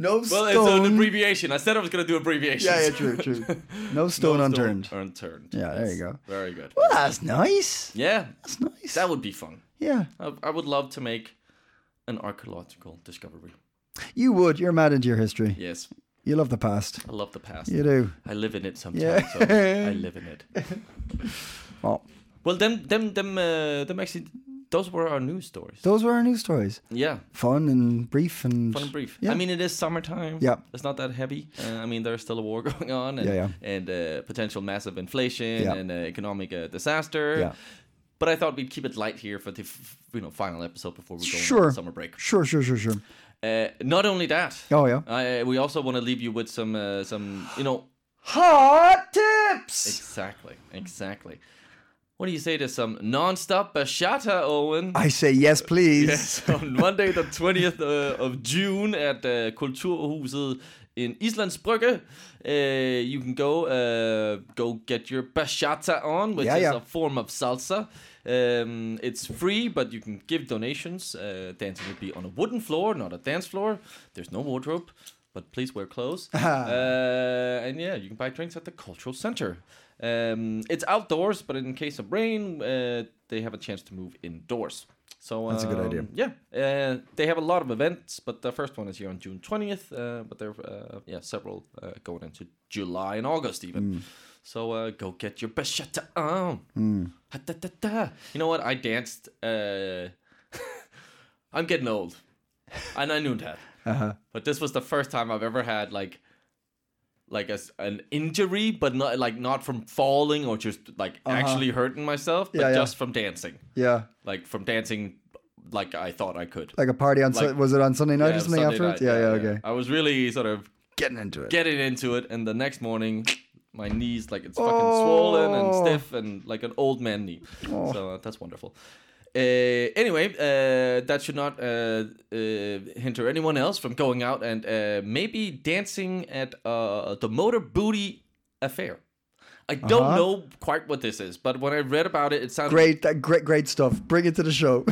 [SPEAKER 2] No
[SPEAKER 1] well,
[SPEAKER 2] stone.
[SPEAKER 1] it's an abbreviation. I said I was gonna do abbreviations.
[SPEAKER 2] yeah, yeah, true, true. No stone unturned.
[SPEAKER 1] Unturned.
[SPEAKER 2] Yeah, there you go.
[SPEAKER 1] Yes. Very good.
[SPEAKER 2] Well, that's nice.
[SPEAKER 1] Yeah,
[SPEAKER 2] That's nice.
[SPEAKER 1] that would be fun.
[SPEAKER 2] yeah,
[SPEAKER 1] I, I would love to make an archaeological discovery.
[SPEAKER 2] you would. You're mad into your history.
[SPEAKER 1] Yes,
[SPEAKER 2] You love the past.
[SPEAKER 1] I love the past.
[SPEAKER 2] You do.
[SPEAKER 1] I live in it sometimes.
[SPEAKER 2] Yeah.
[SPEAKER 1] so I live in it.
[SPEAKER 2] Well,
[SPEAKER 1] Well, them, them, them, uh, them. Actually, those were our news stories.
[SPEAKER 2] those were our news stories.
[SPEAKER 1] Yeah,
[SPEAKER 2] Fun and brief and
[SPEAKER 1] fun and brief.
[SPEAKER 2] Yeah.
[SPEAKER 1] I mean, it is summertime.
[SPEAKER 2] Yeah.
[SPEAKER 1] it's not that heavy. Uh, I mean, there's still a war going on. And,
[SPEAKER 2] Yeah, yeah.
[SPEAKER 1] and uh, potential massive inflation
[SPEAKER 2] Yeah.
[SPEAKER 1] and uh, economic uh, disaster.
[SPEAKER 2] Yeah.
[SPEAKER 1] But I thought we'd keep it light here for the f- you know final episode before we go
[SPEAKER 2] Sure.
[SPEAKER 1] on summer break.
[SPEAKER 2] Sure, sure, sure, sure.
[SPEAKER 1] Uh, not only that,
[SPEAKER 2] Oh yeah.
[SPEAKER 1] I, we also want to leave you with some uh, some you know
[SPEAKER 2] Hot tips.
[SPEAKER 1] exactly exactly. What do you say to some non-stop bachata, Owen?
[SPEAKER 2] I say yes, please.
[SPEAKER 1] Yes, on Monday the 20th uh, of June at uh, Kulturhuset in Islandsbrygge. Uh, you can go uh, go get your bachata on, which
[SPEAKER 2] Yeah,
[SPEAKER 1] is
[SPEAKER 2] yeah.
[SPEAKER 1] a form of salsa. Um, it's free, but you can give donations. Uh, dancing will be on a wooden floor, not a dance floor. There's no wardrobe, but please wear clothes. uh, and yeah, you can buy drinks at the cultural center. Um, it's outdoors, but in case of rain, uh, they have a chance to move indoors. So
[SPEAKER 2] That's a good
[SPEAKER 1] um,
[SPEAKER 2] idea.
[SPEAKER 1] yeah, uh, they have a lot of events, but the first one is here on June twentieth. Uh, but there, are, uh, yeah, several uh, going into July and August even.
[SPEAKER 2] Mm.
[SPEAKER 1] So uh, go get your bachata on.
[SPEAKER 2] Mm.
[SPEAKER 1] Ha, da, da, da. You know what? I danced. Uh, I'm getting old, and I knew that.
[SPEAKER 2] Uh-huh.
[SPEAKER 1] But this was the first time I've ever had like, like a s an injury, but not like not from falling or just like actually hurting myself,
[SPEAKER 2] Uh-huh.
[SPEAKER 1] but
[SPEAKER 2] Yeah, yeah.
[SPEAKER 1] just from dancing
[SPEAKER 2] Yeah,
[SPEAKER 1] like from dancing like I thought I could.
[SPEAKER 2] like a party on. Su-
[SPEAKER 1] Like-
[SPEAKER 2] was it on Sunday night
[SPEAKER 1] Yeah,
[SPEAKER 2] or Oh, something
[SPEAKER 1] Sunday
[SPEAKER 2] afterwards?
[SPEAKER 1] night,
[SPEAKER 2] yeah, yeah, okay.
[SPEAKER 1] I was really sort of
[SPEAKER 2] Getting into it.
[SPEAKER 1] getting into it, and the next morning, my knees like it's fucking
[SPEAKER 2] Oh.
[SPEAKER 1] swollen and stiff and like an old man knee. So uh, that's wonderful. Uh, anyway, uh, that should not uh, uh, hinder anyone else from going out and uh, maybe dancing at uh, the Motor Booty Affair. I don't
[SPEAKER 2] Uh-huh.
[SPEAKER 1] know quite what this is, but when I read about it, it sounded
[SPEAKER 2] Great, that great, great stuff. Bring it to the show.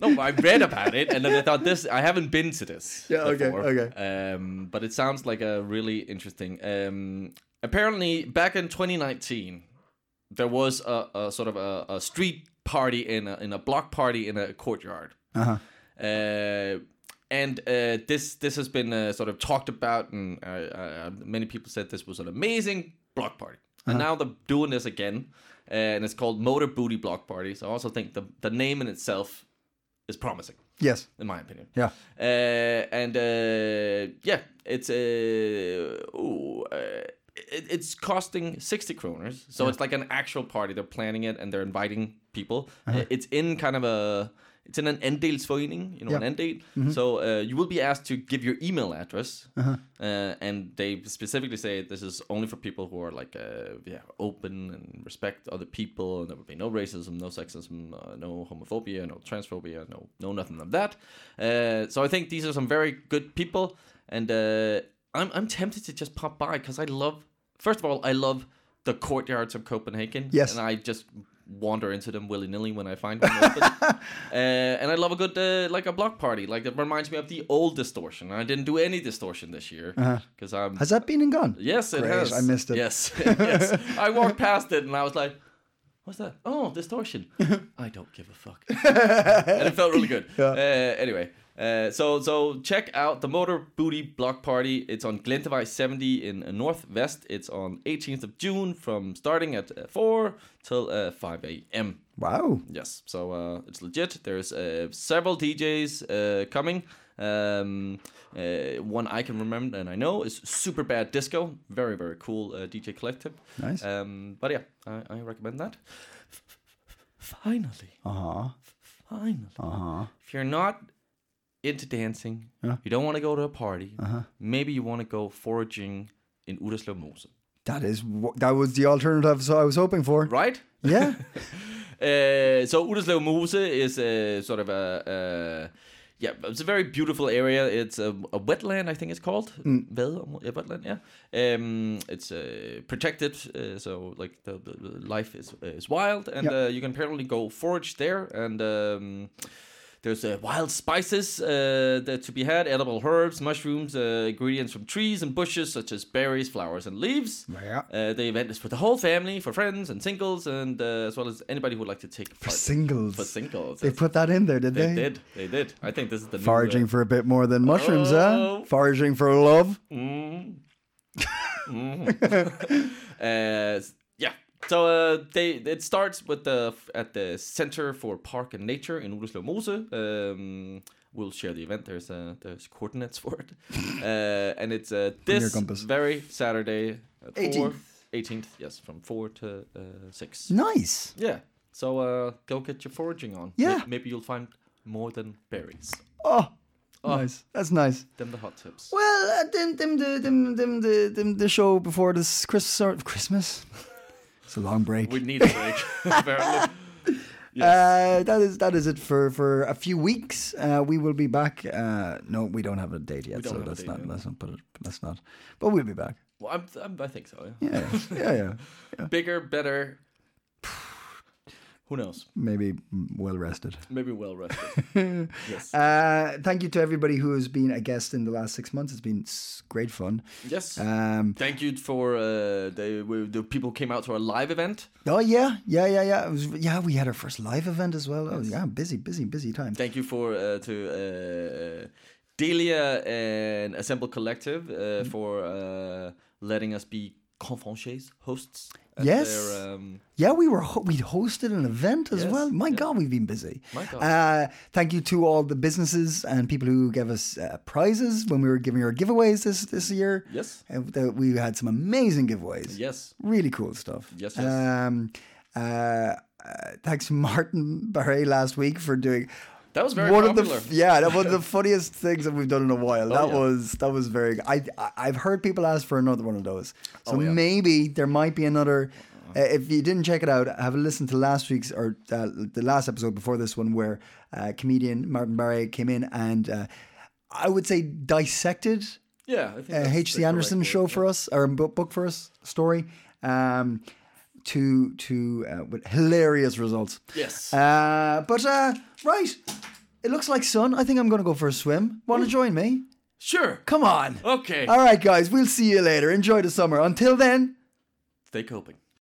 [SPEAKER 1] No, I read about it, and then I thought this. I haven't been to this.
[SPEAKER 2] Yeah, okay,
[SPEAKER 1] before.
[SPEAKER 2] okay.
[SPEAKER 1] Um, but it sounds like a really interesting. Um, apparently, back in 2019, there was a, a sort of a, a street party in a, in a block party in a courtyard.
[SPEAKER 2] Uh-huh.
[SPEAKER 1] Uh, and uh, this this has been uh, sort of talked about, and uh, uh, many people said this was an amazing block party. And
[SPEAKER 2] Uh-huh.
[SPEAKER 1] now they're doing this again, uh, and it's called Motor Booty Block Party. So I also think the the name in itself is promising,
[SPEAKER 2] yes.
[SPEAKER 1] in my opinion.
[SPEAKER 2] Yeah.
[SPEAKER 1] Uh, and uh, yeah, it's uh, ooh, uh, it, it's costing sixty kroners, so it's like an actual party. They're planning it and they're inviting people. Uh,
[SPEAKER 2] Uh-huh.
[SPEAKER 1] It's in kind of a it's in an endelsforening, you know,
[SPEAKER 2] Yeah. Mm-hmm.
[SPEAKER 1] an end date. So uh, you will be asked to give your email address, uh
[SPEAKER 2] Uh-huh.
[SPEAKER 1] and they specifically say this is only for people who are like uh, yeah open and respect other people, and there will be no racism, no sexism, uh, no homophobia, no transphobia, no no nothing of that. Uh, so I think these are some very good people, and uh, I'm I'm tempted to just pop by because I love first of all I love the courtyards of Copenhagen,
[SPEAKER 2] Yes.
[SPEAKER 1] and I just wander into them willy nilly when I find one. open. Uh, and I love a good uh, like a block party. Like that reminds me of the old distortion. I didn't do any distortion this year because I'm.
[SPEAKER 2] Has that been and gone?
[SPEAKER 1] yes, it
[SPEAKER 2] Great,
[SPEAKER 1] has.
[SPEAKER 2] I missed it.
[SPEAKER 1] Yes, yes. I walked past it and I was like, "What's that? Oh, distortion. I don't give a fuck." and it felt really good. Uh, anyway. Uh, so so check out the Motor Booty Block Party. It's on Glentevej 70 in uh, North West. It's on 18th of June from starting at uh, 4 till uh, 5 a.m.
[SPEAKER 2] Wow.
[SPEAKER 1] Yes, so uh, it's legit. There's uh, several DJs uh, coming. Um, uh, one I can remember and I know is Super Bad Disco. Very, very cool uh, DJ collective.
[SPEAKER 2] Nice.
[SPEAKER 1] Um, but yeah, I, I recommend that. Finally,
[SPEAKER 2] Uh huh.
[SPEAKER 1] finally.
[SPEAKER 2] Uh huh.
[SPEAKER 1] If you're not into dancing,
[SPEAKER 2] Yeah.
[SPEAKER 1] you don't want to go to a party,
[SPEAKER 2] Uh-huh.
[SPEAKER 1] maybe you want to go foraging in Uderslev Mose.
[SPEAKER 2] That is wh- that was the alternative so I was hoping for.
[SPEAKER 1] Right?
[SPEAKER 2] Yeah.
[SPEAKER 1] Uh, so Uderslev Mose is a sort of a uh, yeah, it's a very beautiful area. It's a, a wetland, I think it's called. Vadeom- yeah, wetland, yeah. Um, it's uh, protected, uh, so like the, the the life is is wild, and
[SPEAKER 2] Yeah.
[SPEAKER 1] uh, you can apparently go forage there. And um, there's uh, wild spices uh, that to be had, edible herbs, mushrooms, uh, ingredients from trees and bushes such as berries, flowers, and leaves.
[SPEAKER 2] yeah.
[SPEAKER 1] Uh, the event is for the whole family, for friends and singles, and uh, as well as anybody who would like to take
[SPEAKER 2] For
[SPEAKER 1] part.
[SPEAKER 2] singles.
[SPEAKER 1] for singles,
[SPEAKER 2] they
[SPEAKER 1] that's-
[SPEAKER 2] put that in there, did
[SPEAKER 1] they,
[SPEAKER 2] they?
[SPEAKER 1] did. They did. I think this is the
[SPEAKER 2] Foraging
[SPEAKER 1] New, uh,
[SPEAKER 2] for a bit more than mushrooms,
[SPEAKER 1] Oh.
[SPEAKER 2] huh? Foraging for love.
[SPEAKER 1] uh, mm, mm. Uh, yeah. So uh, they it starts with the at the Center for Park and Nature in Ullerslev Mose. Um, we'll share the event. There's uh, there's coordinates for it, uh, and it's uh, this
[SPEAKER 2] compass.
[SPEAKER 1] very Saturday, at
[SPEAKER 2] 18th.
[SPEAKER 1] 18th. Yes, from four to uh, six.
[SPEAKER 2] Nice.
[SPEAKER 1] Yeah. So uh, go get your foraging on. May-
[SPEAKER 2] Yeah.
[SPEAKER 1] Maybe you'll find more than berries.
[SPEAKER 2] Oh, nice. That's nice.
[SPEAKER 1] Then the hot tips.
[SPEAKER 2] Well, uh, them, them, the, them, them, the, them, the show before this Christmas. or- Christmas. It's a long break.
[SPEAKER 1] We need a break. apparently.
[SPEAKER 2] Uh, that is that is it for for a few weeks. Uh, we will be back. Uh, no, we don't have a date yet,
[SPEAKER 1] don't
[SPEAKER 2] so
[SPEAKER 1] have a
[SPEAKER 2] that's
[SPEAKER 1] date
[SPEAKER 2] not
[SPEAKER 1] yet.
[SPEAKER 2] let's not put it. Let's not. But we'll be back.
[SPEAKER 1] Well, I'm, I'm, I think so. Yeah.
[SPEAKER 2] Yeah, yeah, yeah.
[SPEAKER 1] Bigger, better. Who knows?
[SPEAKER 2] Maybe well rested.
[SPEAKER 1] Maybe well rested. yes.
[SPEAKER 2] Uh, thank you to everybody who has been a guest in the last six months. It's been s- great fun.
[SPEAKER 1] yes.
[SPEAKER 2] Um,
[SPEAKER 1] Thank you for uh, the, we- the people came out to our live event.
[SPEAKER 2] oh yeah, yeah, yeah, yeah. It was, yeah, we had our first live event as well. Oh yeah, busy, busy, busy time.
[SPEAKER 1] Thank you for uh, to uh, Delia and Assemble Collective uh,
[SPEAKER 2] Mm-hmm.
[SPEAKER 1] for uh, letting us be conferenciers, hosts. at
[SPEAKER 2] Yes.
[SPEAKER 1] Their, um,
[SPEAKER 2] Yeah, we were ho- we hosted an event as
[SPEAKER 1] Yes,
[SPEAKER 2] well. My
[SPEAKER 1] yeah.
[SPEAKER 2] God, we've been busy.
[SPEAKER 1] My God.
[SPEAKER 2] Uh, thank you to all the businesses and people who gave us uh, prizes when we were giving our giveaways this this year.
[SPEAKER 1] Yes.
[SPEAKER 2] Uh, the- we had some amazing giveaways.
[SPEAKER 1] Yes.
[SPEAKER 2] Really cool stuff.
[SPEAKER 1] Yes, yes.
[SPEAKER 2] Um, uh, uh, thanks to Martin Barret last week for doing
[SPEAKER 1] That was very
[SPEAKER 2] one
[SPEAKER 1] popular. Oh,
[SPEAKER 2] of the yeah that was the funniest things that we've done in a while. that
[SPEAKER 1] yeah.
[SPEAKER 2] was that was very. g- I I- I've heard people ask for another one of those, so
[SPEAKER 1] Oh, yeah. Uh-huh.
[SPEAKER 2] maybe there might be another. Uh, if you didn't check it out, have a listen to last week's or uh, the last episode before this one, where uh, comedian Martin Barre came in and uh, I would say dissected
[SPEAKER 1] yeah, I think
[SPEAKER 2] a
[SPEAKER 1] that's the
[SPEAKER 2] H.C.
[SPEAKER 1] correct
[SPEAKER 2] uh, Anderson
[SPEAKER 1] word,
[SPEAKER 2] show
[SPEAKER 1] yeah.
[SPEAKER 2] for us or book, book for us story. Um, to to uh, with hilarious results.
[SPEAKER 1] Yes.
[SPEAKER 2] Uh, but uh, right, it looks like sun. I think I'm going to go for a swim. Want to join me?
[SPEAKER 1] sure.
[SPEAKER 2] Come on.
[SPEAKER 1] Okay.
[SPEAKER 2] uh, All right, guys. We'll see you later. Enjoy the summer. Until then.
[SPEAKER 1] Stay coping.